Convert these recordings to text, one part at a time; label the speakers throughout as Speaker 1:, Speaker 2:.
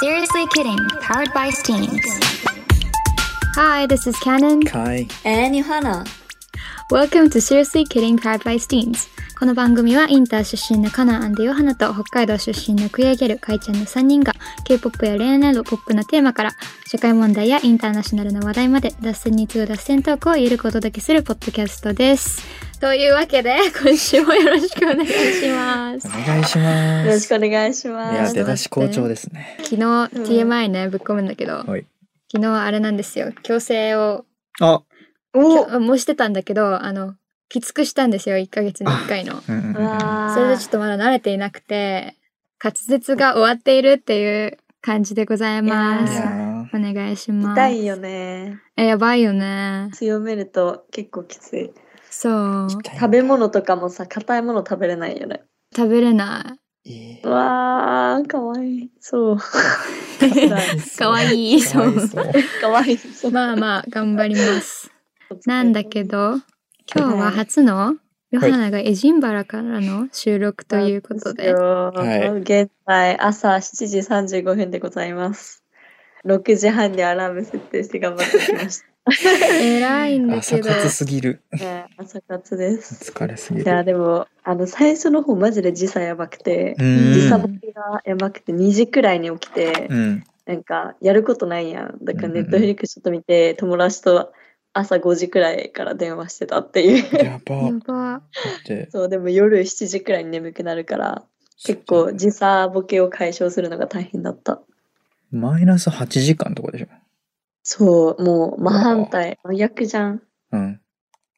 Speaker 1: Seriously Kidding, powered by Steams.
Speaker 2: Hi, this is Canon.
Speaker 3: はい。
Speaker 4: えー、ニュハナ。
Speaker 2: Welcome to Seriously Kidding Powered by Steens. この番組はインター出身のカナンヨハナと北海道出身のクエアギャルカイちゃんの3人が K-POP や恋愛などポップなテーマから社会問題やインターナショナルな話題まで脱線に次ぐ脱線トークをゆるくお届けするポッドキャストです。というわけで今週もよろしくお願いしま
Speaker 3: お
Speaker 2: す。
Speaker 3: 願いしま
Speaker 4: よろし
Speaker 3: す。
Speaker 4: くお願いし
Speaker 3: い
Speaker 4: ま
Speaker 3: や、
Speaker 4: す。
Speaker 3: 出だし好調ですね。
Speaker 2: 昨日 TMI ねぶっ込むんだけど
Speaker 3: はい。
Speaker 2: 昨日あれなんですよ強制を
Speaker 3: あ、
Speaker 2: き
Speaker 4: お
Speaker 2: ょもうしてたんだけどあのきつくしたんですよ1ヶ月に1回の。
Speaker 3: うんうんうんうん。
Speaker 4: わー
Speaker 2: それでちょっとまだ慣れていなくて滑舌が終わっているっていう感じでございま
Speaker 3: い
Speaker 2: す
Speaker 3: や。ー
Speaker 2: お願いします。
Speaker 4: 痛いよね。
Speaker 2: えやばいよね。
Speaker 4: 強めると結構きつい。
Speaker 2: そう。
Speaker 4: 食べ物とかもさ、硬いもの食べれないよね。
Speaker 2: 食べれな
Speaker 3: いう
Speaker 4: わー、かわいい。 そう。
Speaker 3: い。
Speaker 2: い。かわいい。
Speaker 3: か
Speaker 2: そ。
Speaker 3: わいうそう。
Speaker 4: かわいい。そう
Speaker 2: まあまあ頑張ります。なんだけ。ど今日は初のヨハナがエジンバラからの収録ということで。
Speaker 3: はい
Speaker 4: 現在、朝7時35分でございます。6時半にアラーム設定して頑張ってきまし
Speaker 2: 偉いんだ
Speaker 3: 朝
Speaker 2: けど。
Speaker 3: 活すぎる。
Speaker 4: た。 ね朝活です。
Speaker 3: 疲れすぎ
Speaker 4: いや
Speaker 3: る。
Speaker 4: でもあの最初の方マジで時差やばくて、
Speaker 3: うん
Speaker 4: 時差ボケがやばくて2時くらいに起きて、
Speaker 3: うん。
Speaker 4: なんかやることないやんだから
Speaker 3: うんうん
Speaker 4: ネ
Speaker 3: うん
Speaker 4: ットフリックスちょっと見て、友達と朝5時くらいから電話してたっていう
Speaker 3: やば
Speaker 2: や
Speaker 3: っ
Speaker 2: ば。
Speaker 3: て。
Speaker 4: そうでも夜7時くらいに眠くなるから結構時差ボケを解消するのが大変だった
Speaker 3: マイナス8時間とかでしょ。
Speaker 4: そうもう真反対真逆じゃん
Speaker 3: うん。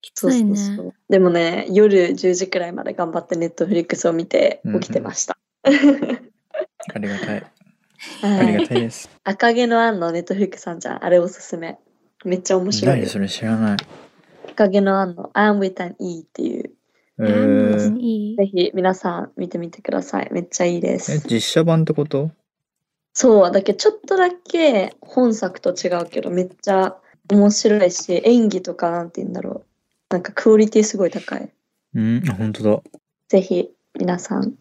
Speaker 2: き
Speaker 4: そう
Speaker 2: つ
Speaker 4: そ
Speaker 2: いうね
Speaker 4: そう。でもね夜10時くらいまで頑張ってネットフリックスを見て起きてました、
Speaker 3: ありがたい。
Speaker 4: はい
Speaker 3: ありがたいです。
Speaker 4: 赤毛のアンのネットフリックさんじゃん。あれおすすめ。めっちゃ面白い
Speaker 3: 何
Speaker 4: よ。
Speaker 3: それ知らない。
Speaker 4: 赤毛のアンの I'm with an E っていう。
Speaker 3: え
Speaker 2: ラーメン別
Speaker 3: ー
Speaker 2: にいい。
Speaker 4: ぜひ皆さん見てみてください。めっちゃいいで
Speaker 3: え
Speaker 4: す。
Speaker 3: 実写版ってこと
Speaker 4: そう、だけどちょっとだけ本作と違うけど、めっちゃ面白いし、演技とかなんて言うんだろう。なんかクオリティすごい高い。
Speaker 3: うん、あ本当だ。
Speaker 4: ぜひ皆さん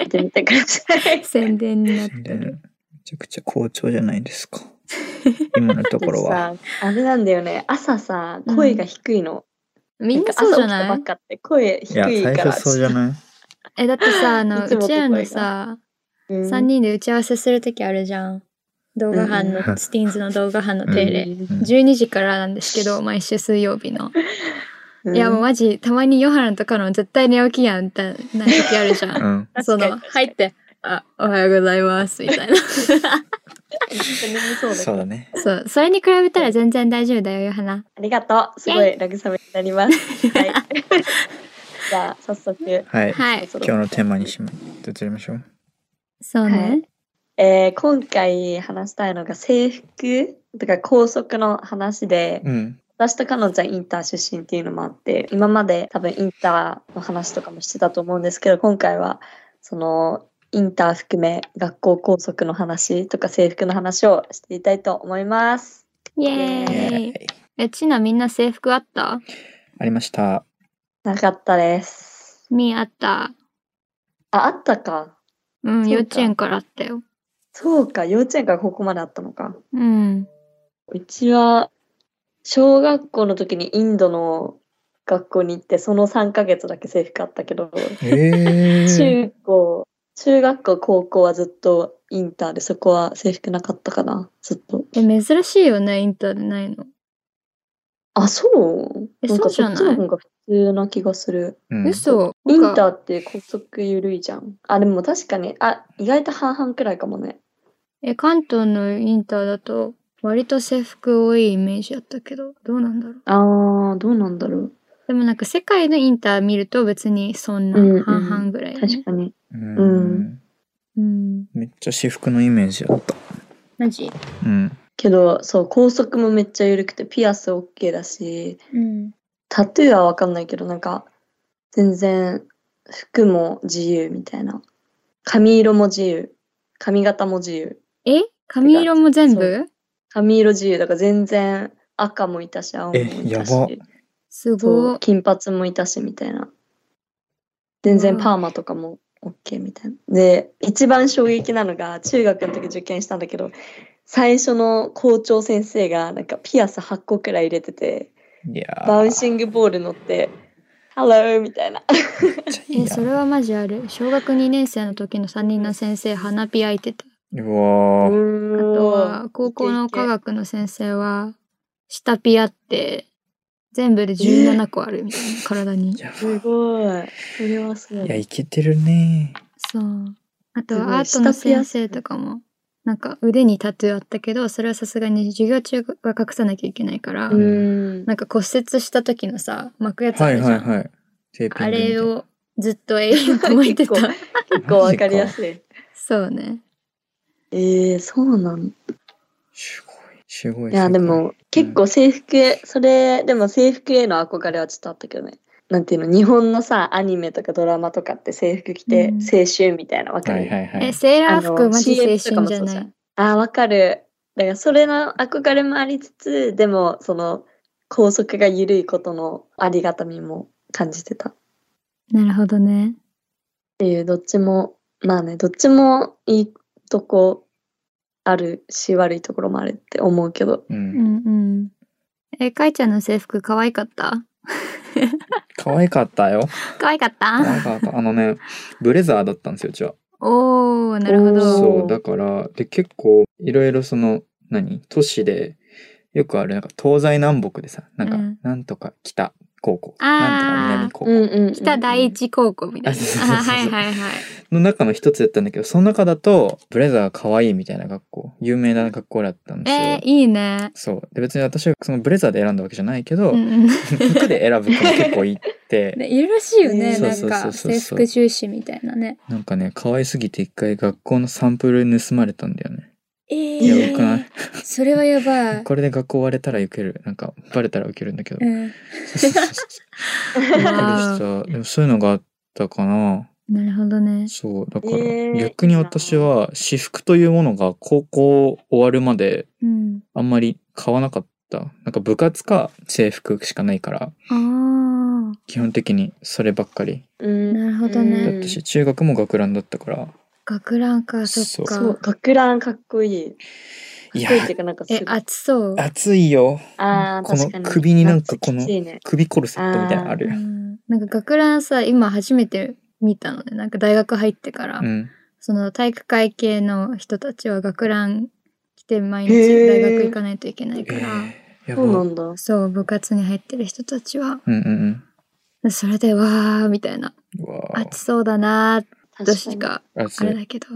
Speaker 4: 見てみてください。
Speaker 2: 宣伝になって
Speaker 3: で
Speaker 2: る。
Speaker 3: めちゃくちゃ好調じゃないですか。今のところは。
Speaker 4: さあれなんだよね。朝さ、声が低いの。
Speaker 2: みんなそうじゃ
Speaker 4: んか朝
Speaker 2: な
Speaker 4: 起
Speaker 2: い
Speaker 4: きたばっかって声
Speaker 3: いや、
Speaker 4: 低い
Speaker 3: 最
Speaker 4: から。
Speaker 3: 初そうじゃない
Speaker 2: え、だってさ、あの、
Speaker 4: いつ
Speaker 2: う
Speaker 4: も
Speaker 2: ち
Speaker 4: と声
Speaker 2: ら
Speaker 4: が
Speaker 2: のさ、
Speaker 4: うん
Speaker 2: 3人で打ち合わせするときあるじゃん。動画班
Speaker 3: う
Speaker 2: の、
Speaker 3: ん
Speaker 2: スティーンズの動画班の定例。
Speaker 3: うん
Speaker 2: 12時からなんですけど、毎週水曜日の。いや、もうマジ、たまにヨハランとかの絶対寝起きやんみたいな時あるじゃん。
Speaker 3: うん。
Speaker 2: そ
Speaker 4: 確か
Speaker 2: の、
Speaker 4: に確か
Speaker 2: 入って、あ、おはようございます、み たいな。
Speaker 4: に眠そうだけど
Speaker 3: そうだね。
Speaker 2: そう、それに比べたら全然大丈夫だよ、ヨハナ。
Speaker 4: ありがとう。すごい慰めになります。はい。 じゃあ、早速。
Speaker 3: はい。
Speaker 2: はい。
Speaker 4: そろそ
Speaker 3: 今
Speaker 4: ろ
Speaker 3: 日のテーマにしま、移りましょう。
Speaker 2: そうね。
Speaker 4: えー今回話したいのが制服とか校則の話で、
Speaker 3: うん。
Speaker 4: 私と彼女はインター出身っていうのもあって、今まで多分インターの話とかもしてたと思うんですけど、今回はそのインター含め学校校則の話とか制服の話をしていきたいと思います。
Speaker 2: イエ
Speaker 3: イエ
Speaker 2: ー
Speaker 3: ー
Speaker 2: イ。
Speaker 3: イ
Speaker 2: え、ちなみんな制服あった
Speaker 3: ありました。
Speaker 4: なかったです。
Speaker 2: みーあった。
Speaker 4: あ、あったか。
Speaker 2: うん、
Speaker 4: そうか
Speaker 2: 幼稚園からあったよ。
Speaker 4: そうか、幼稚園からここまであったのか。
Speaker 2: うん。
Speaker 4: うちは小学校の時にインドの学校に行ってその3ヶ月だけ制服あったけど
Speaker 3: えー、
Speaker 4: 中高中学校高校はずっとインターでそこは制服なかったかなずっと
Speaker 2: え、珍しいよね、インターでないの。
Speaker 4: あそう
Speaker 2: え
Speaker 4: なん
Speaker 2: そ
Speaker 4: か
Speaker 2: うじ
Speaker 4: そ
Speaker 2: ゃ
Speaker 4: っ
Speaker 2: ない
Speaker 4: ちの方が普通な気がする
Speaker 3: うん、
Speaker 2: 嘘。
Speaker 4: イン
Speaker 2: ー
Speaker 4: ターって高速ゆるいじゃんあでも確かにあ意外と半々くらいかもね
Speaker 2: え、関東のインターだと、割と制服多いイメージあったけど、どうなんだろう。
Speaker 4: あーどうなんだろ
Speaker 2: でもなんか世界のインター見ると別にそん
Speaker 4: うんう
Speaker 2: なん半々ぐらいうね、
Speaker 4: 確かに
Speaker 3: うん
Speaker 4: うん
Speaker 2: うん。
Speaker 3: めっちゃ私服のイメージだった。
Speaker 2: マジ
Speaker 3: うん。
Speaker 4: けどそう高速もめっちゃゆるくてピアス OK だし
Speaker 2: うん。
Speaker 4: タトゥーはわかんないけど、なんか、全然、服も自由みたいな。髪色も自由。髪型も自由。
Speaker 2: え髪色も全
Speaker 4: そ
Speaker 2: 部
Speaker 4: 髪色自由だから全然赤もいたし、青もい
Speaker 3: えや
Speaker 4: たし。
Speaker 3: ば
Speaker 2: す
Speaker 4: そ
Speaker 2: ご
Speaker 4: う、
Speaker 2: い。
Speaker 4: 金髪もいたしみたいな。全
Speaker 2: う
Speaker 4: 然
Speaker 2: わ
Speaker 4: パーマとかも OK みたいな。で、一番衝撃なのが、中学の時受験したんだけど、最初の校長先生が、なんかピアス8個くらい入れてて、
Speaker 3: いや
Speaker 4: バウンシングボール乗って、Hello! みたいな。
Speaker 2: えそれはマジある小学2年生の時の3人の先生花火開いてた
Speaker 3: うわー
Speaker 2: あとは高校の科学の先生は下ピアって全部で17個あるみたいな体に
Speaker 3: や
Speaker 4: す
Speaker 3: ば
Speaker 4: ごい。それはすごい。
Speaker 3: いやいけてるね
Speaker 2: そうあと
Speaker 4: すごい
Speaker 2: はアートの
Speaker 4: 下ピ
Speaker 2: 先
Speaker 4: アス
Speaker 2: 生とかもなんか腕にタトゥーあったけどそれはさすがに授業中は隠さなきゃいけないから、
Speaker 4: うーん。
Speaker 2: なんか骨折した時のさ巻くやつあ
Speaker 3: は
Speaker 2: る
Speaker 3: い
Speaker 2: じゃん、
Speaker 3: はいはいテーピング
Speaker 2: あ
Speaker 3: みたい
Speaker 2: れをずっと永遠と巻いてた
Speaker 4: 結結構わかりやすい。
Speaker 2: そうね
Speaker 4: ええー、そうなん
Speaker 3: すごいすごい
Speaker 4: いや、でも結構制服、それ、でも制服への憧れはちょっとあったけどね。なんていうの、日本のさ、アニメとかドラマとかって制服着て
Speaker 2: うん
Speaker 4: 青春みたいな、わか
Speaker 3: は
Speaker 4: る、
Speaker 3: いはいはい
Speaker 2: えセーラ
Speaker 4: あ
Speaker 2: ー
Speaker 4: の
Speaker 2: 服マジ青
Speaker 4: CM とか
Speaker 2: 春
Speaker 4: も
Speaker 2: じ
Speaker 4: そ
Speaker 2: ゃ
Speaker 4: う
Speaker 2: ない
Speaker 4: ああ、わかる。だからそれの憧れもありつつ、でもその拘束が緩いことのありがたみも感じてたっ
Speaker 2: なるほどね
Speaker 4: ていう、どっちも、まあね、どっちもいいとこあるし、悪いところもあるって思うけど。
Speaker 3: う
Speaker 2: うんんうんえかいちゃんの制服可愛かった
Speaker 3: 可愛かったよ
Speaker 2: 可愛かっ
Speaker 3: 可
Speaker 2: た
Speaker 3: 愛かったあのねブレザーだったんですようちは
Speaker 2: おおなるほ
Speaker 4: おー
Speaker 2: ど
Speaker 3: そう、だから、で、結構、いろいろその、何都市で、よくある、なんか、東西南北でさ、なんか、
Speaker 2: うん
Speaker 3: なんとか北高校、
Speaker 2: あー
Speaker 3: なんとか南高校、
Speaker 4: うんうん、うん。
Speaker 2: 北第一高校みたいな
Speaker 3: あそうそう
Speaker 2: あ
Speaker 3: そう
Speaker 2: はいはいはい
Speaker 3: の中の一つだったんだけど、その中だと、ブレザーが可愛いみたいな学校、有名な学校だったんですよ。
Speaker 2: えー、いいね
Speaker 3: そう。で、別に私はそのブレザーで選んだわけじゃないけど、
Speaker 2: うんうん
Speaker 3: 服で選ぶ子も結構いて、
Speaker 2: ねいるらしいよね、
Speaker 4: うん
Speaker 2: なん
Speaker 3: そ
Speaker 2: か
Speaker 3: うそうそうそう
Speaker 2: 制服重視みたいなね
Speaker 3: なんかね、可愛すぎて一回学校のサンプル盗まれたんだよね。
Speaker 2: え
Speaker 4: ー
Speaker 3: やばくない
Speaker 2: それはやばい
Speaker 3: これで学校割れたら受ける。なんか、バレたら受けるんだけ
Speaker 2: う
Speaker 3: ど。
Speaker 2: ん、
Speaker 3: そうそうそうびっくりした。でもそういうのがあったかな。
Speaker 2: なるほどね
Speaker 3: そう。だから、
Speaker 4: えー
Speaker 3: 逆に私は私服というものが高校終わるまで
Speaker 2: うん
Speaker 3: あんまり買わなかった。なんか部活か制服しかないから、
Speaker 2: ああ
Speaker 3: 基本的にそればっかり。
Speaker 4: うん
Speaker 2: なるほどね
Speaker 3: だ
Speaker 2: う
Speaker 3: ったし、中学も学ランだったから。
Speaker 2: 学ランかそっか
Speaker 4: そう、学ランかっこいい。
Speaker 3: いや
Speaker 4: かっこいいっていうか、なんかすご
Speaker 2: え
Speaker 4: い。
Speaker 2: 暑そう
Speaker 3: 暑いよ。
Speaker 4: あー
Speaker 3: この
Speaker 4: 確かに
Speaker 3: 首になんかこの
Speaker 4: 夏きついね
Speaker 3: 首コルセットみたいなのあ
Speaker 2: う
Speaker 3: るやん。
Speaker 2: んなんか学ランさ今初めて見たのねなんか大学入ってから、
Speaker 3: うん。
Speaker 2: その体育会系の人たちは学ラン着て毎
Speaker 4: へ
Speaker 2: 日
Speaker 4: ー
Speaker 2: 大学行かないといけない
Speaker 3: え
Speaker 2: から、
Speaker 3: ー、やば
Speaker 4: そうなんだ。
Speaker 2: そう部活に入ってる人たちは
Speaker 3: うんうん
Speaker 2: それでわーみたいな
Speaker 3: うん。うわぁ
Speaker 2: 暑そうだなー
Speaker 4: 確か
Speaker 2: と
Speaker 4: に
Speaker 2: しかあ
Speaker 3: 暑
Speaker 2: れ
Speaker 3: い。
Speaker 2: だけど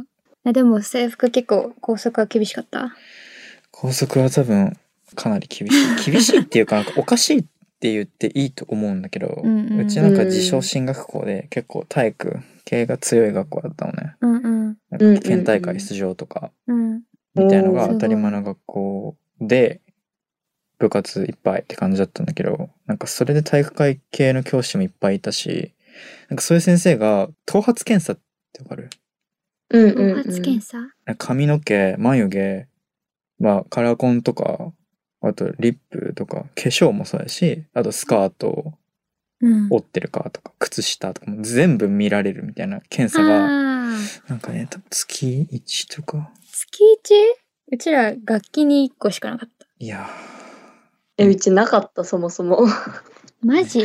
Speaker 2: えでも制服結構校則は厳しかった
Speaker 3: 校則は多分かなり厳しい厳しいっていうかなんかおかしいって言っていいと思うんだけ ど、
Speaker 2: う
Speaker 3: うん
Speaker 2: うん
Speaker 3: ちなんか自称進学校で結構体育系が強い学校だったのね
Speaker 2: うんうん
Speaker 3: なんか県大会出場とか
Speaker 2: うん
Speaker 3: みたいのが
Speaker 2: うん
Speaker 3: 当たり前の学校で部活いっぱいって感じだったんだけどなんかそれで体育会系の教師もいっぱいいたしなんかそういう先生が頭髪検査ってわかる
Speaker 4: うんうん、
Speaker 2: 頭
Speaker 4: うん。
Speaker 2: 髪検査、
Speaker 3: 髪の毛眉毛まあカラコンとかあとリップとか化粧もそうやしあとスカート
Speaker 2: うん
Speaker 3: 折ってるかとか靴下とかも全部見られるみたいな検査が
Speaker 2: ああ
Speaker 3: なんかね多分月1とか
Speaker 2: 月 1? うちら楽器に1個しかなかった。
Speaker 3: いや
Speaker 4: え、うちなかった、そもそも。
Speaker 2: マジ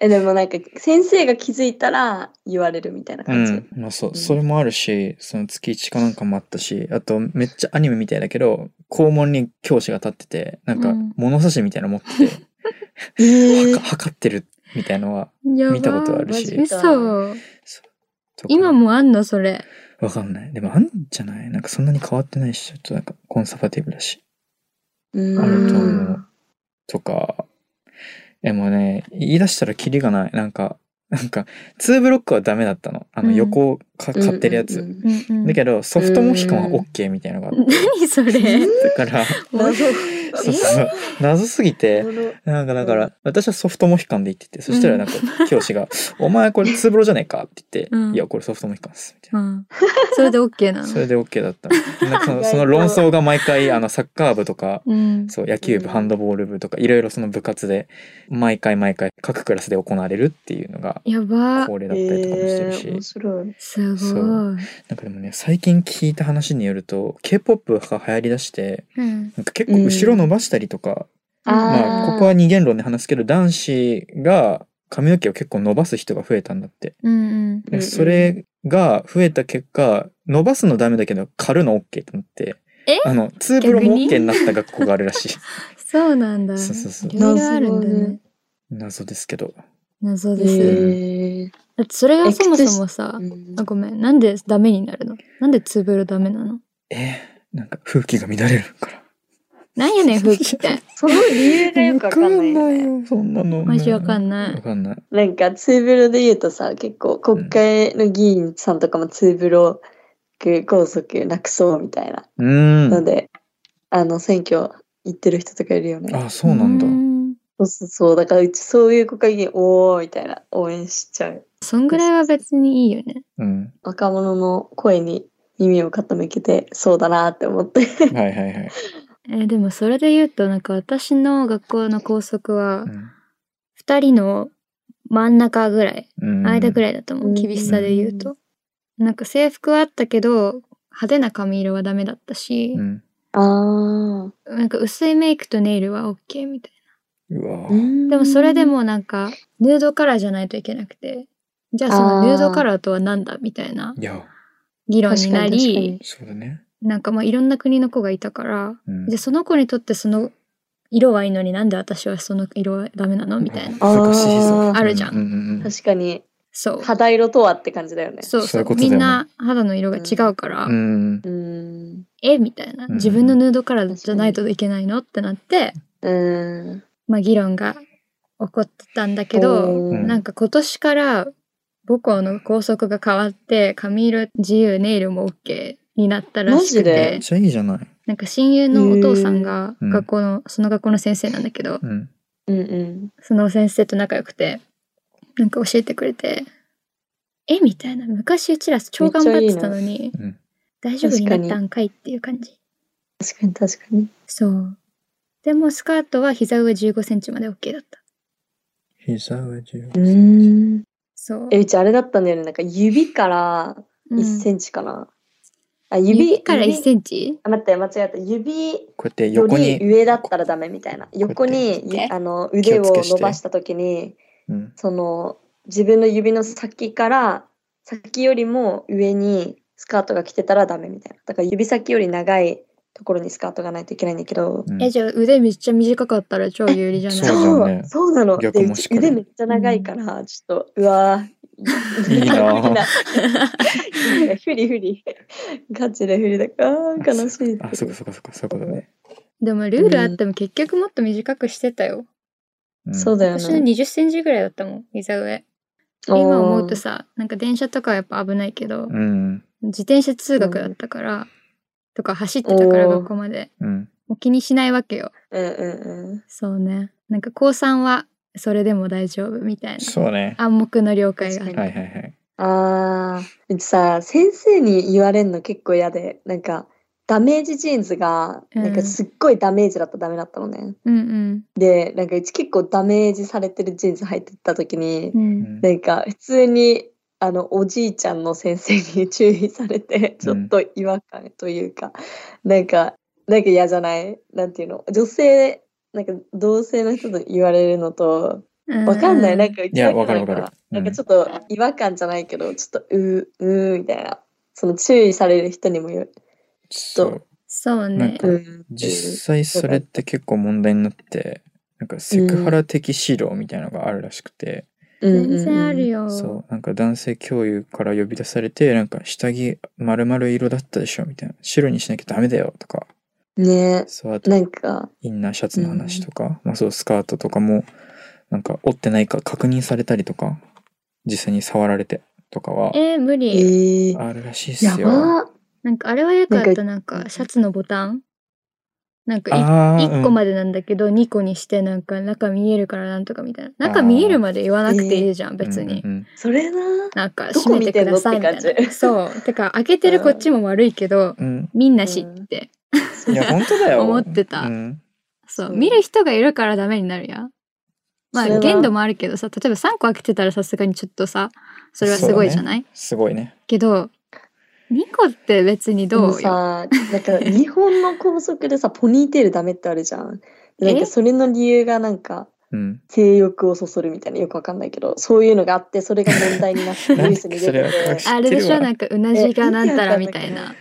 Speaker 4: え、でもなんか、先生が気づいたら言われるみたいな
Speaker 3: ー
Speaker 4: 感じ。
Speaker 3: うんまあそううんそれもあるしその月1かなんかもあったしあとめっちゃアニメみたいだけど校門に教師が立っててなんか
Speaker 2: うん
Speaker 3: 物差しみたいなの持ってて、
Speaker 4: え
Speaker 3: はか測ってるみたいのは
Speaker 2: やば
Speaker 3: 見たことある
Speaker 4: マ
Speaker 3: し
Speaker 4: ジ
Speaker 2: 嘘。
Speaker 3: とか
Speaker 2: 今もあんのそれ。
Speaker 3: わかんない。でもあんじゃないなんかそんなに変わってないし、ちょっとなんかコンサバティブだし。
Speaker 4: うん
Speaker 3: あると
Speaker 2: う
Speaker 3: 思
Speaker 2: ん
Speaker 3: う。とか。でもね、言い出したらキリがない。なんか、なんか、2ブロックはダメだったの。あ
Speaker 2: う
Speaker 3: の
Speaker 2: ん
Speaker 3: 横か買ってるやつ。
Speaker 4: うんうん
Speaker 2: うんうん、
Speaker 3: だけど、ソフトモヒカン
Speaker 4: う
Speaker 3: は
Speaker 4: ん
Speaker 3: OK みたいなのがあっ
Speaker 2: 何それ
Speaker 3: て、だから、
Speaker 4: うん謎
Speaker 3: そうそう謎すぎて、
Speaker 4: 謎
Speaker 3: なんかだから、私はソフトモヒカンで行ってて、そしたらなんか、教師が、お前これツーブロじゃねえかって言って、
Speaker 2: うん
Speaker 3: いや、これソフトモヒカンです、みたいな。
Speaker 2: うん、それで OK なの
Speaker 3: それで OK だったみたいな。なんかそのその論争が毎回、あの、サッカー部とか、
Speaker 2: うん、
Speaker 3: そう、野球部、ハンドボール部とか、いろいろその部活で、毎回毎回、各クラスで行われるっていうのが、
Speaker 2: やば
Speaker 3: 恒例だったりとかもして
Speaker 4: え
Speaker 3: る
Speaker 4: ー、
Speaker 3: し
Speaker 4: 面、白い。
Speaker 2: すごい
Speaker 3: そうう、なんかでもね、最近聞いた話によると、K-POP が流行りだして、
Speaker 2: ん、
Speaker 3: なんか結構後ろ伸ばしたりとか、
Speaker 2: あー
Speaker 3: まあ、ここは二元論で話すけど、男子が髪の毛を結構伸ばす人が増えたんだって。
Speaker 2: うん
Speaker 4: うんうん
Speaker 3: それが増えた結果、伸ばすのダメだけど、刈るの OK ってなって
Speaker 2: え、
Speaker 3: あの、ツーブロも
Speaker 2: 逆に
Speaker 3: OK になった学校があるらしい。
Speaker 2: そうなんだ
Speaker 3: そうそうそう
Speaker 2: いろいろあるんだ
Speaker 4: 謎だ
Speaker 2: ね
Speaker 4: ね
Speaker 3: 謎ですけど。
Speaker 2: 謎です、
Speaker 3: ね
Speaker 4: えー
Speaker 2: だってそれがそもそもさ、
Speaker 4: うん
Speaker 2: あごめんなんでダメになるのなんでつぶるダメなの
Speaker 3: えーなんか風紀が乱れるから。
Speaker 2: なんやねん風紀って
Speaker 4: その理由がよくわかんないよね。
Speaker 3: よ、そんなの。
Speaker 2: マジわかんない
Speaker 3: わかんない。
Speaker 4: なんかツーブロで言うとさ結構国会の議員さんとかもツーブロ拘束なくそうみたいな
Speaker 3: う
Speaker 4: の
Speaker 3: ん。
Speaker 4: で、あの選挙行ってる人とかいるよね。
Speaker 3: あ、そうなんだ。
Speaker 2: ん
Speaker 4: そうそうそうだからうちそういう国会議員おーみたいな応援しちゃう
Speaker 2: そんぐらいは別にいいよね
Speaker 3: うん。
Speaker 4: 若者の声に耳を傾けてそうだなって思って。
Speaker 3: はいはいはい。
Speaker 2: えーでもそれで言うとなんか私の学校の校則は
Speaker 3: うん
Speaker 2: 2人の真ん中ぐらい
Speaker 3: うん
Speaker 2: 間ぐらいだと思う、
Speaker 4: うん
Speaker 2: 厳しさで言うと、なんか制服はあったけど派手な髪色はダメだったし
Speaker 3: う、ん。
Speaker 4: あー
Speaker 2: なんか薄いメイクとネイルは OK みたいう
Speaker 3: わ
Speaker 4: う
Speaker 3: ぁ
Speaker 4: ん
Speaker 2: なでもそれでもなんかヌードカラーじゃないといけなくてじゃあそ
Speaker 4: あ
Speaker 2: の
Speaker 4: ー
Speaker 2: ヌードカラーとは何だみたいない
Speaker 3: や、
Speaker 2: 議論にな
Speaker 4: 確かに
Speaker 2: り
Speaker 3: そうだね。
Speaker 2: なんかまあいろんな国の子がいたから
Speaker 3: うん
Speaker 2: じゃあその子にとってその色はいいのになんで私はその色はダメなのみたいな
Speaker 4: あー
Speaker 3: 難しいぞ。
Speaker 2: あるじゃん
Speaker 3: うううん
Speaker 4: 確かに
Speaker 2: そう
Speaker 4: 肌色とはって感じだよね。
Speaker 2: そう
Speaker 3: そう
Speaker 2: そ
Speaker 3: いうこ
Speaker 2: う
Speaker 3: と
Speaker 2: み
Speaker 3: だよね
Speaker 2: んな肌の色が違うから、
Speaker 3: うん。
Speaker 4: うん
Speaker 2: えみたいな
Speaker 3: うん
Speaker 2: 自分のヌードカラーじゃないといけないのってなって、
Speaker 4: うん
Speaker 2: まあ、議論が起こってたんだけど、
Speaker 4: うん
Speaker 2: なんか今年から母校の校則が変わって髪色自由ネイルも OK になったらしく
Speaker 4: マジ
Speaker 3: めっ
Speaker 2: て
Speaker 4: で
Speaker 3: ちゃいいじゃない。
Speaker 2: なんか親友のお父さんが
Speaker 3: うん
Speaker 2: 学校の、その学校の先生なんだけど、
Speaker 3: うん。
Speaker 4: うんうん
Speaker 2: その先生と仲良くてなんか教えてくれて「えみたいな昔うちら超頑張ってたのに
Speaker 3: うん
Speaker 2: 大丈夫になったんかいっていう感じ。
Speaker 4: 確かに確かに。
Speaker 2: そう。でもスカートは膝上15センチまで OK だった。
Speaker 3: 膝上10
Speaker 4: うん。
Speaker 2: そう。
Speaker 4: え、うちあれだったんだよね。なんか指から
Speaker 2: うん
Speaker 4: 1センチかな。あ、
Speaker 2: 指
Speaker 4: 指
Speaker 2: から1
Speaker 4: ンチ。
Speaker 2: センチ
Speaker 4: あ、待って、間違えた。指
Speaker 3: こうやって
Speaker 4: よ
Speaker 3: 横
Speaker 4: り
Speaker 3: に。
Speaker 4: 上だったらダメみたいな。横に
Speaker 2: こうやって
Speaker 4: あの腕を
Speaker 3: 気をつけして
Speaker 4: 伸ばした時に、
Speaker 3: うん。
Speaker 4: その自分の指の先から先よりも上にスカートが来てたらダメみたいな。だから指先より長いところにスカートがないといけないんだけど。
Speaker 3: うん
Speaker 2: え、じゃあ腕めっちゃ短かったら超有利じゃ
Speaker 3: そう
Speaker 2: ない
Speaker 3: だ
Speaker 4: そ
Speaker 3: ね
Speaker 4: う、そうなの。で、
Speaker 3: 逆も
Speaker 4: う
Speaker 3: し
Speaker 4: ち
Speaker 3: かり
Speaker 4: 腕めっちゃ長いから、ちょっと、うわー
Speaker 3: いいな ぁ
Speaker 4: いいな不利不利。ガチで不利だから、あー悲しい。
Speaker 3: あ、そっかそっかそっか、そういうことね。
Speaker 2: でもルールあっても結局もっと短くしてたよ。
Speaker 3: うん
Speaker 4: そうだよ
Speaker 2: 私の
Speaker 4: ね。
Speaker 2: 20センチぐらいだったもん、膝上。
Speaker 4: おー
Speaker 2: 今思うとさ、なんか電車とかはやっぱ危ないけど、
Speaker 3: うん。
Speaker 2: 自転車通学だったから、とか走ってたから
Speaker 4: おー
Speaker 2: 学校まで。
Speaker 3: うん。
Speaker 2: もう気にしないわけよ。
Speaker 4: うんうんうん。
Speaker 2: そうね。なんか高3はそれでも大丈夫みたいな。
Speaker 3: そうね。
Speaker 2: 暗黙の了解があって
Speaker 4: 確か
Speaker 3: はいはいはい。
Speaker 4: あーうちさ、先生に言われるの結構嫌で、なんか、ダメージジーンズが、
Speaker 2: うん
Speaker 4: なんかすっごいダメージだったらダメだったのね。
Speaker 2: うん
Speaker 4: で、なんかうち結構ダメージされてるジーンズ入ってった時に
Speaker 2: う、。
Speaker 3: うんん
Speaker 4: なんか普通にあのおじいちゃんの先生に注意されてちょっと違和感というか、なんかなんか嫌じゃないなんていうの女性なんか同性の人と言われるのと
Speaker 2: うん。
Speaker 4: わかんない、
Speaker 2: う
Speaker 4: なんかう
Speaker 3: い
Speaker 4: ち
Speaker 3: や、
Speaker 4: だ
Speaker 3: わか
Speaker 4: け
Speaker 3: る
Speaker 4: な
Speaker 3: わか
Speaker 4: んか
Speaker 3: る。
Speaker 4: なんかち
Speaker 3: ょ
Speaker 4: ょっと違和感じゃないけどちょっとうーうーみたいなその注意される人にもよる
Speaker 3: そ
Speaker 4: ちょ
Speaker 3: う。
Speaker 2: そう
Speaker 3: なん
Speaker 2: ね
Speaker 3: か。
Speaker 4: うん
Speaker 3: 実際それって結構問題になって、なんかセクハラ的指導みたいなのがあるらしくて、
Speaker 4: うん
Speaker 2: 全然ある
Speaker 4: よ
Speaker 2: よ。
Speaker 3: そう、なんか男性教諭から呼び出されて、なんか下着丸々色だったでしょみたいな。白にしなきゃダメだよとか、
Speaker 4: ね
Speaker 3: そう、あと
Speaker 4: なんか
Speaker 3: インナーシャツの話とか、まあそう、スカートとかも、なんか折ってないか確認されたりとか、実際に触られて、とかは
Speaker 2: えー、無
Speaker 4: え
Speaker 2: 理。
Speaker 4: ー、
Speaker 3: あるらしいっす
Speaker 4: や
Speaker 3: よ。
Speaker 4: ばー
Speaker 2: なんかあれはよかっ
Speaker 4: なん
Speaker 2: た。
Speaker 4: か
Speaker 2: なんかシャツのボタン。なんかい
Speaker 3: あー
Speaker 2: 1個
Speaker 3: うん
Speaker 2: までなんだけど、2個にしてなんか中見えるからなんとかみたいな中見えるまで言わなくていいじゃん別に、
Speaker 3: うんうんうん
Speaker 4: それな
Speaker 2: なんか
Speaker 4: ど
Speaker 2: 閉
Speaker 4: こ
Speaker 2: め
Speaker 4: 見
Speaker 2: て
Speaker 4: て
Speaker 2: く
Speaker 4: ん
Speaker 2: だ
Speaker 4: の
Speaker 2: さいみたい
Speaker 4: って感
Speaker 2: な
Speaker 4: じ
Speaker 2: そうてか開けてるこっちも悪いけど、
Speaker 3: うん、
Speaker 2: みんな知って、
Speaker 3: いや本当だ よ。
Speaker 2: 思ってた
Speaker 3: うん
Speaker 2: そう
Speaker 4: そう
Speaker 2: 見る人がいるからダメになるやんま
Speaker 4: そ
Speaker 2: あ
Speaker 4: れは
Speaker 2: 限度もあるけどさ例えば3個開けてたらさすがにちょっとさそれはすごいじゃない、
Speaker 3: すごいね。
Speaker 2: けど2個って別に
Speaker 4: でも
Speaker 2: どうよ
Speaker 4: さなんか日本の高速でさポニーテールダメってあるじゃんでなん
Speaker 2: え
Speaker 4: かそれの理由がなんか
Speaker 3: うん。
Speaker 4: 性欲をそそるみたいなよくわかんないけどそういうのがあってそれが問題になって ニュースに出て
Speaker 3: それは
Speaker 4: て
Speaker 3: 知ってるわ
Speaker 2: あれでしょなんかうなじがなんたらみたいな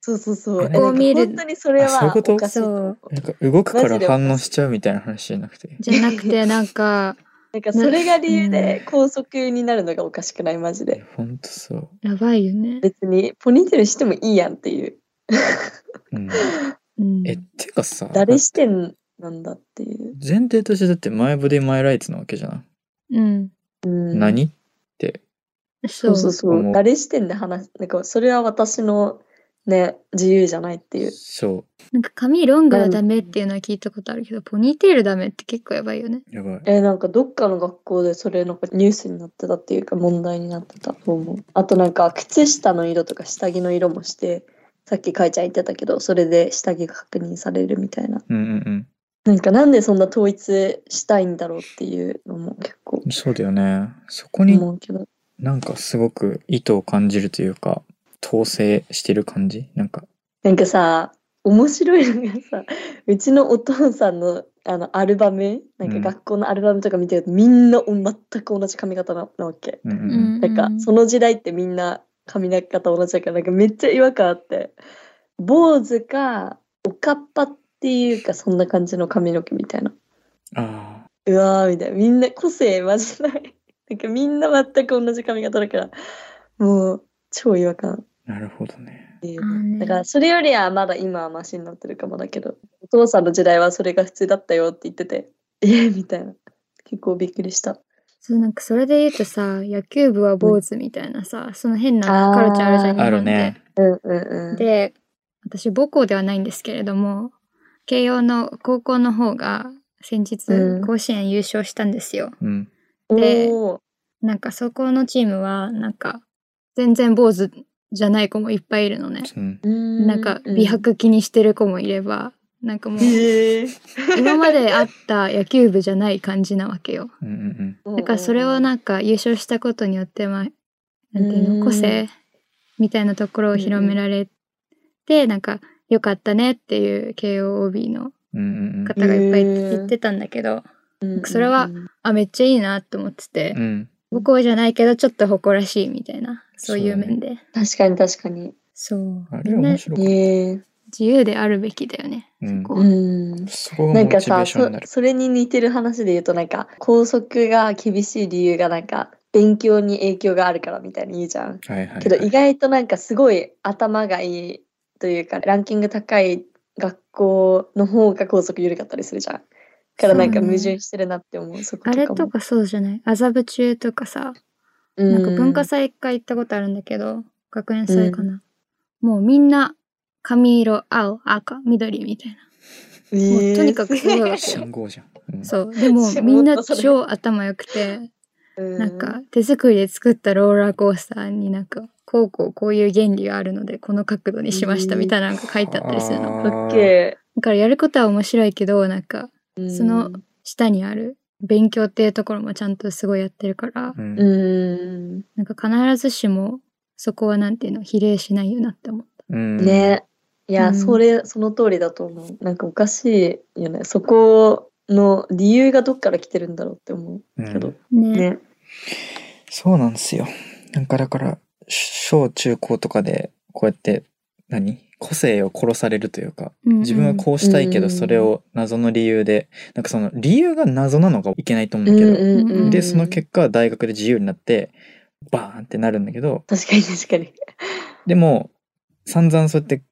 Speaker 4: そうそうそう
Speaker 3: こ
Speaker 4: え
Speaker 2: こを見る
Speaker 4: なんか本当にそれ
Speaker 3: あそういう
Speaker 4: は
Speaker 3: こと
Speaker 4: おかしいと思う
Speaker 3: なんか動くか
Speaker 4: マ
Speaker 3: ら
Speaker 4: ジで
Speaker 3: 反応しちゃうみたいな話じゃなくて。
Speaker 2: じゃなくてなんか
Speaker 4: なんかそれが理由
Speaker 2: う
Speaker 4: で高速になるのがおかしくないマジで
Speaker 3: 本当そう。
Speaker 2: やばいよね、
Speaker 4: 別にポニーテールしてもいいやんっていう
Speaker 3: うん、
Speaker 2: うん、
Speaker 3: えってかさ
Speaker 4: 誰視点なんだっていう、
Speaker 3: 前提としてだって前ボディ前ライツなわけじゃん。
Speaker 2: うん
Speaker 4: うん、
Speaker 3: 何って
Speaker 2: そ
Speaker 4: そううそうそ
Speaker 3: 思う
Speaker 4: う誰視点で話すなんかそれは私のね自由じゃないっていう
Speaker 3: そ
Speaker 2: なんか髪ロングはダメっていうのは聞いたことあるけど、ポニーテールダメって結構やばいよね。
Speaker 3: うやばい。
Speaker 4: えーなんかどっかの学校でそれなんかニュースになってたっていうか問題になってたと思うあとなんか靴下の色とか下着の色もしてさっきかいちゃん言ってたけどそれで下着が確認されるみたいな
Speaker 3: うんうん
Speaker 4: なんかなんでそんな統一したいんだろうっていうのも結構
Speaker 3: うん。そうだよね。そこに
Speaker 4: 思うけど
Speaker 3: なんかすごく意図を感じるというか統制してる感じなんか
Speaker 4: なんかさ面白いのがさうちのお父さんのあのアルバムなん
Speaker 3: う
Speaker 4: か
Speaker 3: ん
Speaker 4: 学校のアルバムとか見てるとみんな全く同じ髪型ななわけ。
Speaker 3: うんうん
Speaker 2: う
Speaker 3: うん
Speaker 2: ん、
Speaker 4: なんかその時代ってみんな髪の型同じだからなんかめっちゃ違和感あって坊主かおかっぱっていうかそんな感じの髪の毛みたいな
Speaker 3: あ
Speaker 4: うわーみたいなみんな個性マジない なんかみんな全く同じ髪型だからもう超違和感
Speaker 3: あなるほどね
Speaker 4: ってい
Speaker 2: あ
Speaker 4: う
Speaker 2: ー
Speaker 4: か
Speaker 2: ね
Speaker 4: だからそれよりはまだ今はマシになってるかもだけどお父さんの時代はそれが普通だったよって言ってて えー、みたいな結構びっくりした
Speaker 2: そうなんかそれで言うとさ野球部は坊主みたいなさ、その変なカルチャーあるじゃん日本
Speaker 3: あ
Speaker 2: で
Speaker 3: るね
Speaker 4: うんうんうん
Speaker 2: で私母校ではないんですけれども慶応の高校の方が先
Speaker 4: う
Speaker 2: 日
Speaker 4: ん
Speaker 2: 甲子園優勝したんですよ、
Speaker 3: うん
Speaker 2: で
Speaker 4: おー
Speaker 2: なんかそこのチームはなんか全然坊主じゃない子もいっぱいいるのね、
Speaker 3: うん
Speaker 4: うーん
Speaker 2: なんか美白気にしてる子もいればなん かもう
Speaker 4: えー
Speaker 2: 今まであった野球部じゃない感じなわけよ。
Speaker 3: うんうん
Speaker 2: だ
Speaker 4: だ
Speaker 2: からそれをなんか優勝したことによってまあなんていうの個性みたいなところを広められてなんか良かったねっていう KOB の
Speaker 3: うんうんうん
Speaker 2: 方がいっぱい
Speaker 4: うん
Speaker 2: 言ってたんだけどそれはあめっちゃいいなと思ってて
Speaker 3: うんうん
Speaker 2: 母校じゃないけどちょっと誇らしいみたいなそういう面で
Speaker 4: 確かに確かに
Speaker 2: そう
Speaker 3: あ
Speaker 2: み
Speaker 3: れ
Speaker 2: んな
Speaker 3: 面
Speaker 2: 自
Speaker 3: 白かっ
Speaker 4: ええ
Speaker 2: 由であるべきだよね
Speaker 3: うん
Speaker 2: そこ
Speaker 4: う
Speaker 2: は
Speaker 4: ん
Speaker 3: たそこが
Speaker 4: な
Speaker 3: モチ
Speaker 4: ん
Speaker 3: ベ
Speaker 4: か
Speaker 3: ー
Speaker 4: さ
Speaker 3: ション
Speaker 4: そ
Speaker 3: になる
Speaker 4: それに似てる話で言うとなんか校則が厳しい理由がなんか勉強に影響があるからみたいに言うじゃん
Speaker 3: はいはい
Speaker 4: けど意外となんかすごい頭がいいというかランキング高い学校の方が校則緩かったりするじゃんだからなんか
Speaker 2: そうね
Speaker 4: 矛盾してるなって思うそこ
Speaker 2: あ
Speaker 4: とか
Speaker 2: れ
Speaker 4: も
Speaker 2: とかそうじゃない麻布中とかさ
Speaker 4: うん
Speaker 2: なんか文化祭一回行ったことあるんだけど、学園祭かな。もうみんな、髪色、青、赤、緑みたいな。
Speaker 4: え
Speaker 2: もう
Speaker 4: ー
Speaker 2: とにかくすごいわけ よ。
Speaker 3: 信号じゃん、うん、
Speaker 2: そう。でも
Speaker 4: 下
Speaker 2: みんな
Speaker 4: 本当それ
Speaker 2: 超頭良くて、
Speaker 4: う
Speaker 2: なんか手作りで作ったローラーコースターになんか、こうこうこういう原理があるので、この角度にしましたみたいなのが書いてあったりするの。
Speaker 3: は
Speaker 4: かっけ
Speaker 2: だからやることは面白いけど、なんか、
Speaker 4: え
Speaker 2: その下にある勉強っていうところもちゃんとすごいやってるから、
Speaker 3: うん
Speaker 4: う
Speaker 3: うん
Speaker 4: ん
Speaker 2: なんか必ずしもそこはなんていうの比例しないよなって思った。
Speaker 3: うん、
Speaker 4: ねいや、
Speaker 2: うん
Speaker 4: それその通りだと思うなんかおかしいよねそこの理由がどっから来てるんだろうって思
Speaker 3: う
Speaker 4: うけど
Speaker 3: ん、、
Speaker 2: ね
Speaker 4: ね
Speaker 3: そうなんですよなんかだから小中高とかでこうやって何個性を殺されるというか自分はこうしたいけど
Speaker 4: うん
Speaker 3: それを謎の理由でなんかその理由が謎なのがいけないと思うんだけど、
Speaker 4: うんうんうん、
Speaker 3: でその結果大学で自由になってバーンってなるんだけど
Speaker 4: 確かに確かに
Speaker 3: でも散々そうやって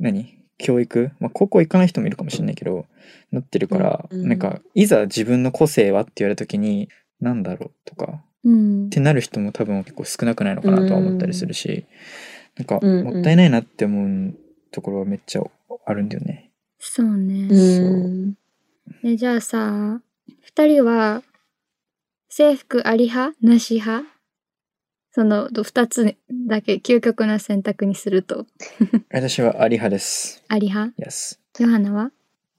Speaker 3: 何教育、まあ、高校行かない人もいるかもしれないけどなってるから、
Speaker 4: うんうん
Speaker 3: なんかいざ自分の個性はって言われた時に何だろうとか
Speaker 2: うん
Speaker 3: ってなる人も多分結構少なくないのかなとは思ったりするし、なんか
Speaker 4: うんうん
Speaker 3: もったいないなって思うところはめっちゃあるんだよね。
Speaker 2: そうね、
Speaker 4: うん。
Speaker 2: えじゃあさ2人は制服あり派なし派その2つだけ究極な選択にすると
Speaker 3: 私はアリ派です。
Speaker 2: あり派
Speaker 3: Yes。
Speaker 2: ヨハナは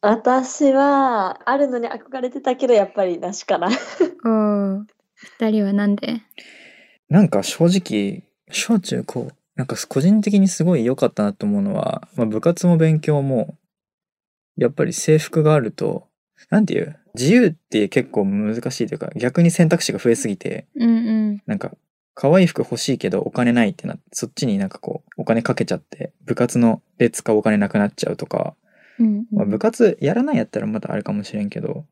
Speaker 4: 私は、あるのに憧れてたけど、やっぱりなしか
Speaker 2: お
Speaker 4: な。
Speaker 2: 2人はなんで
Speaker 3: なんか正直、小中高、なんか個人的にすごい良かったなと思うのは、まあ、部活も勉強も、やっぱり制服があると、なんていう、自由って結構難しいというか、逆に選択肢が増えすぎて、
Speaker 2: うんうん
Speaker 3: なんか、可愛い服欲しいけどお金ないってなって、そっちになんかこう、お金かけちゃって、部活ので使うお金なくなっちゃうとか、
Speaker 2: うんうん
Speaker 3: まあ、部活やらないやったらまだあれかもしれんけど、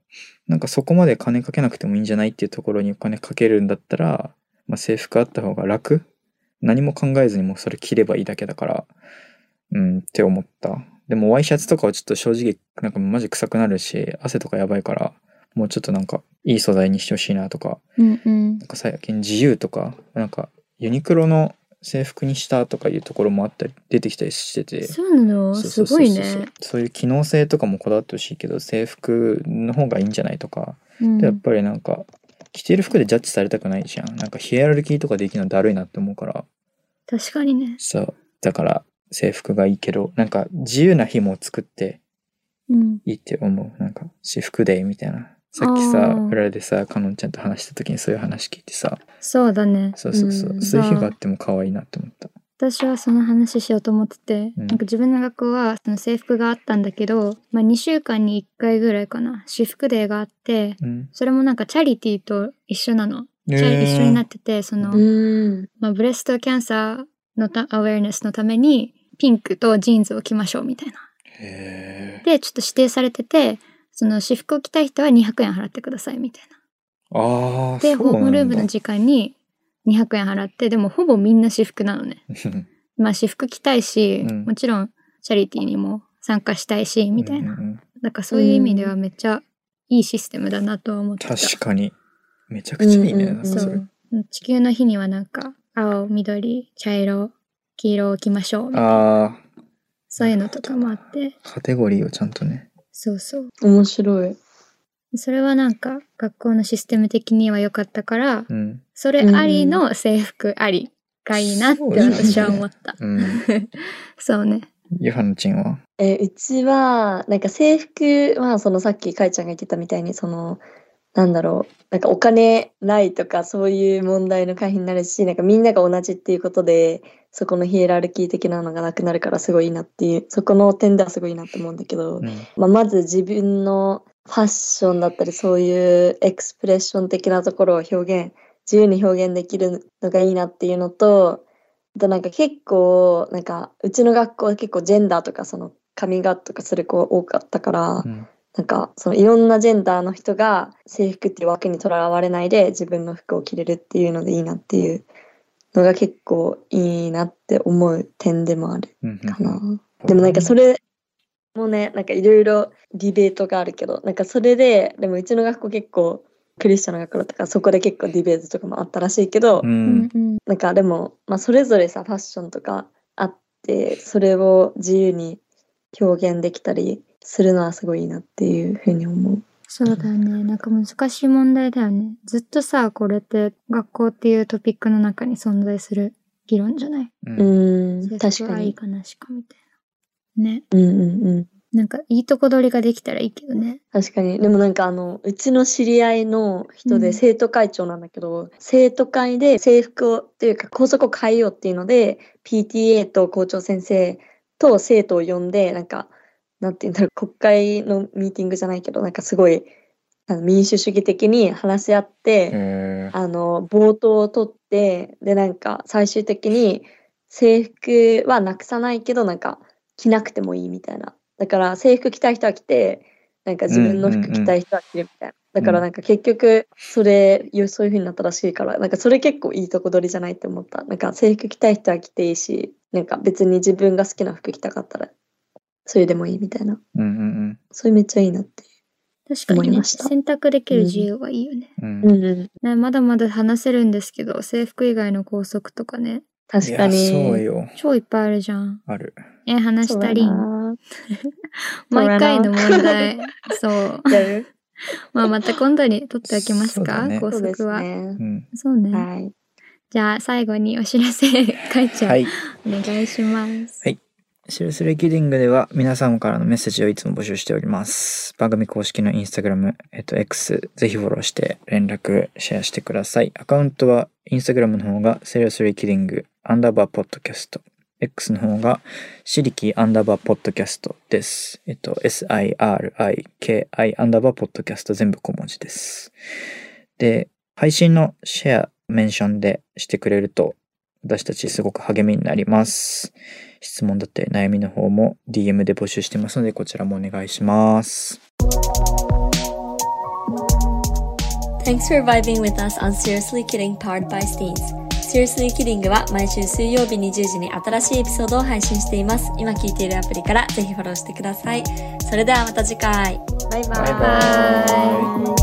Speaker 3: なんかそこまで金かけなくてもいいんじゃないっていうところにお金かけるんだったら、まあ、制服あった方が楽何も考えずにもうそれ着ればいいだけだから、うんって思った。でもワイシャツとかはちょっと正直なんかマジ臭くなるし、汗とかやばいから、もうちょっとなんかいい素材にしてほしいなとか、
Speaker 2: うんうん
Speaker 3: なんか最近自由とか、なんかユニクロの制服にしたとかいうところもあったり、出てきたりしてて。
Speaker 2: そうなの
Speaker 3: そう
Speaker 2: すご
Speaker 3: そうそう
Speaker 2: い
Speaker 3: そう
Speaker 2: ね。
Speaker 3: そういう機能性とかもこだわってほしいけど制服の方がいいんじゃないとか、
Speaker 2: うん
Speaker 3: やっぱりなんか着てる服でジャッジされたくないじゃんなんかヒエラルキーとかできるのだるいなって思うから
Speaker 2: 確かにね。
Speaker 3: そうだから制服がいいけどなんか自由な日も作って
Speaker 2: うん。
Speaker 3: いいって思うなんか私服デーみたいなさっきさ
Speaker 2: あー
Speaker 3: 裏でさかのんちゃんと話した時にそういう話聞いてさ
Speaker 2: そうだね。
Speaker 3: そうそうそう、
Speaker 4: うん
Speaker 3: そういう日があっても可愛いなって思った
Speaker 2: 私はその話しようと思ってて、
Speaker 3: うん
Speaker 2: なんか自分の学校はその制服があったんだけど、まあ、2週間に1回ぐらいかな私服デーがあって
Speaker 3: うん
Speaker 2: それもなんかチャリティーと一緒なの、
Speaker 3: え
Speaker 2: チャリ一緒にな
Speaker 3: ー
Speaker 2: っててその、
Speaker 4: うん。
Speaker 2: まあ、ブレストキャンサーのたアウェアネスのためにピンクとジーンズを着ましょうみたいな。
Speaker 3: へー
Speaker 2: でちょっと指定されててその私服を着たい人は200円払ってくださいみたいな。
Speaker 3: あー
Speaker 2: で
Speaker 3: そ
Speaker 2: ホ
Speaker 3: う
Speaker 2: ー
Speaker 3: な
Speaker 2: ム
Speaker 3: ん
Speaker 2: ル
Speaker 3: だ
Speaker 2: ームの時間に200円払ってでもほぼみんな私服なのねまあ私服着たいし、
Speaker 3: うん
Speaker 2: もちろんチャリティーにも参加したいしみたいな、
Speaker 3: うんうんうん
Speaker 2: だからそういう意味ではめっちゃいいシステムだなとは思ってた
Speaker 3: 確かに。めちゃくちゃいいね。
Speaker 4: うんうん
Speaker 3: なん
Speaker 4: に
Speaker 3: か
Speaker 2: そ
Speaker 3: それ
Speaker 2: う地球の日にはなんか青緑茶色黄色を着ましょうみたいな
Speaker 3: ああ、
Speaker 2: そういうのとかもあって
Speaker 3: カテゴリーをちゃんとね。
Speaker 2: そうそう
Speaker 4: 面白い。
Speaker 2: それはなんか学校のシステム的には良かったから
Speaker 3: うん。
Speaker 2: それありの制服ありがいいなって私は思った、
Speaker 3: うん。
Speaker 2: そうね
Speaker 3: ユハのチンは。
Speaker 4: えーうちはなんか制服はそのさっきかいちゃんが言ってたみたいにそのなんだろうなんかお金ないとかそういう問題の回避になるしなんかみんなが同じっていうことでそこのヒエラルキー的なのがなくなるからすごいいいなっていうそこの点ではすごいいいなと思うんだけど、
Speaker 3: うん。
Speaker 4: まあ、まず自分のファッションだったりそういうエクスプレッション的なところを表現自由に表現できるのがいいなっていうのとあとなんか結構なんかうちの学校は結構ジェンダーとかその髪型とかする子多かったから
Speaker 3: うん
Speaker 4: なんかそのいろんなジェンダーの人が制服っていう枠にとらわれないで自分の服を着れるっていうのでいいなっていうのが結構いいなって思う点でもある。
Speaker 3: うん
Speaker 4: かな。でもなんかそれもねなんかいろいろディベートがあるけどなんかそれででもうちの学校結構クリスチャンの学校だったからそこで結構ディベートとかもあったらしいけど、
Speaker 3: うん。
Speaker 2: うん
Speaker 4: なんかでも、まあ、それぞれさファッションとかあってそれを自由に表現できたりするのはすごいいいなっていうふうに思う。
Speaker 2: そうだね。なんか難しい問題だよね。ずっとさ、これって学校っていうトピックの中に存在する議論じゃない
Speaker 4: うん、
Speaker 2: 制
Speaker 4: 確
Speaker 2: 服
Speaker 4: か
Speaker 2: がいい
Speaker 4: に。
Speaker 2: かなしかみたいな。ね。
Speaker 4: うんうんうん
Speaker 2: なんかいいとこ取りができたらいいけどね。
Speaker 4: 確かに。でもなんかあの、うちの知り合いの人
Speaker 2: う
Speaker 4: で
Speaker 2: ん
Speaker 4: 生徒会長なんだけど、生徒会で制服を、というか校則を変えようっていうので、PTA と校長先生と生徒を呼んで、なんか、なんて言うんだろう、国会のミーティングじゃないけど、なんかすごい、あの民主主義的に話し合って、
Speaker 3: えー
Speaker 4: あの冒頭を取ってでなんか最終的に制服はなくさないけどなんか着なくてもいいみたいなだから制服着たい人は着てなんか自分の
Speaker 3: うんうんう
Speaker 4: 服
Speaker 3: ん
Speaker 4: 着たい人は着るみたいな、だか
Speaker 3: う
Speaker 4: ら
Speaker 3: ん
Speaker 4: なんか結局それよそういう風になったらしいからなんかそれ結構いいとこ取りじゃないって思ったなんか制服着たい人は着ていいしなんか別に自分が好きな服着たかったらそれでもいいみたいな
Speaker 3: うんうんうん。
Speaker 4: それめっちゃいいなって
Speaker 2: 確かに
Speaker 4: 思い
Speaker 2: ね、
Speaker 4: ました
Speaker 2: 選択できる自由はいいよね。
Speaker 3: うん
Speaker 4: うんうん、
Speaker 2: ね、まだまだ話せるんですけど、制服以外の校則とかね、
Speaker 3: い
Speaker 4: 確か
Speaker 3: や、そう
Speaker 4: に。
Speaker 3: よ。
Speaker 2: 超いっぱいあるじゃん。
Speaker 3: ある。
Speaker 2: え、話し
Speaker 4: そうだ
Speaker 2: たりん、
Speaker 4: な
Speaker 2: 毎回の
Speaker 4: そう
Speaker 2: 問
Speaker 4: だな
Speaker 2: 題。そう。
Speaker 4: やる
Speaker 2: まあ、また今度に取っておきます
Speaker 3: そうだ
Speaker 2: か、
Speaker 3: ね
Speaker 2: 校
Speaker 4: そうです
Speaker 2: 則は。
Speaker 3: う
Speaker 4: ね。
Speaker 3: ん。
Speaker 2: そうね。
Speaker 4: はい。
Speaker 2: じゃあ、最後にお知らせ、かいちゃん、
Speaker 3: はい。
Speaker 2: お願いします。
Speaker 3: シルスレキリングでは皆様からのメッセージをいつも募集しております。番組公式のインスタグラム、えっと、X、ぜひフォローして連絡、シェアしてください。アカウントは、インスタグラムの方が、セリオスレキリング、アンダーバーポッドキャスト。X の方が、シリキアンダーバーポッドキャストです。えっと、SIRIKI アンダーバーポッドキャスト全部小文字です。で、配信のシェア、メンションでしてくれると、私たちすごく励みになります。質問だったり悩みの方も DM で募集してますのでこちらもお願いします。
Speaker 5: Thanks for vibing with us on Seriously Kidding powered by Steens. Seriously Kidding は毎週水曜日20時に新しいエピソードを配信しています。今聞いているアプリからぜひフォローしてください。それではまた次回。
Speaker 4: バイバ
Speaker 3: バイ
Speaker 4: イ。
Speaker 3: バ
Speaker 2: イ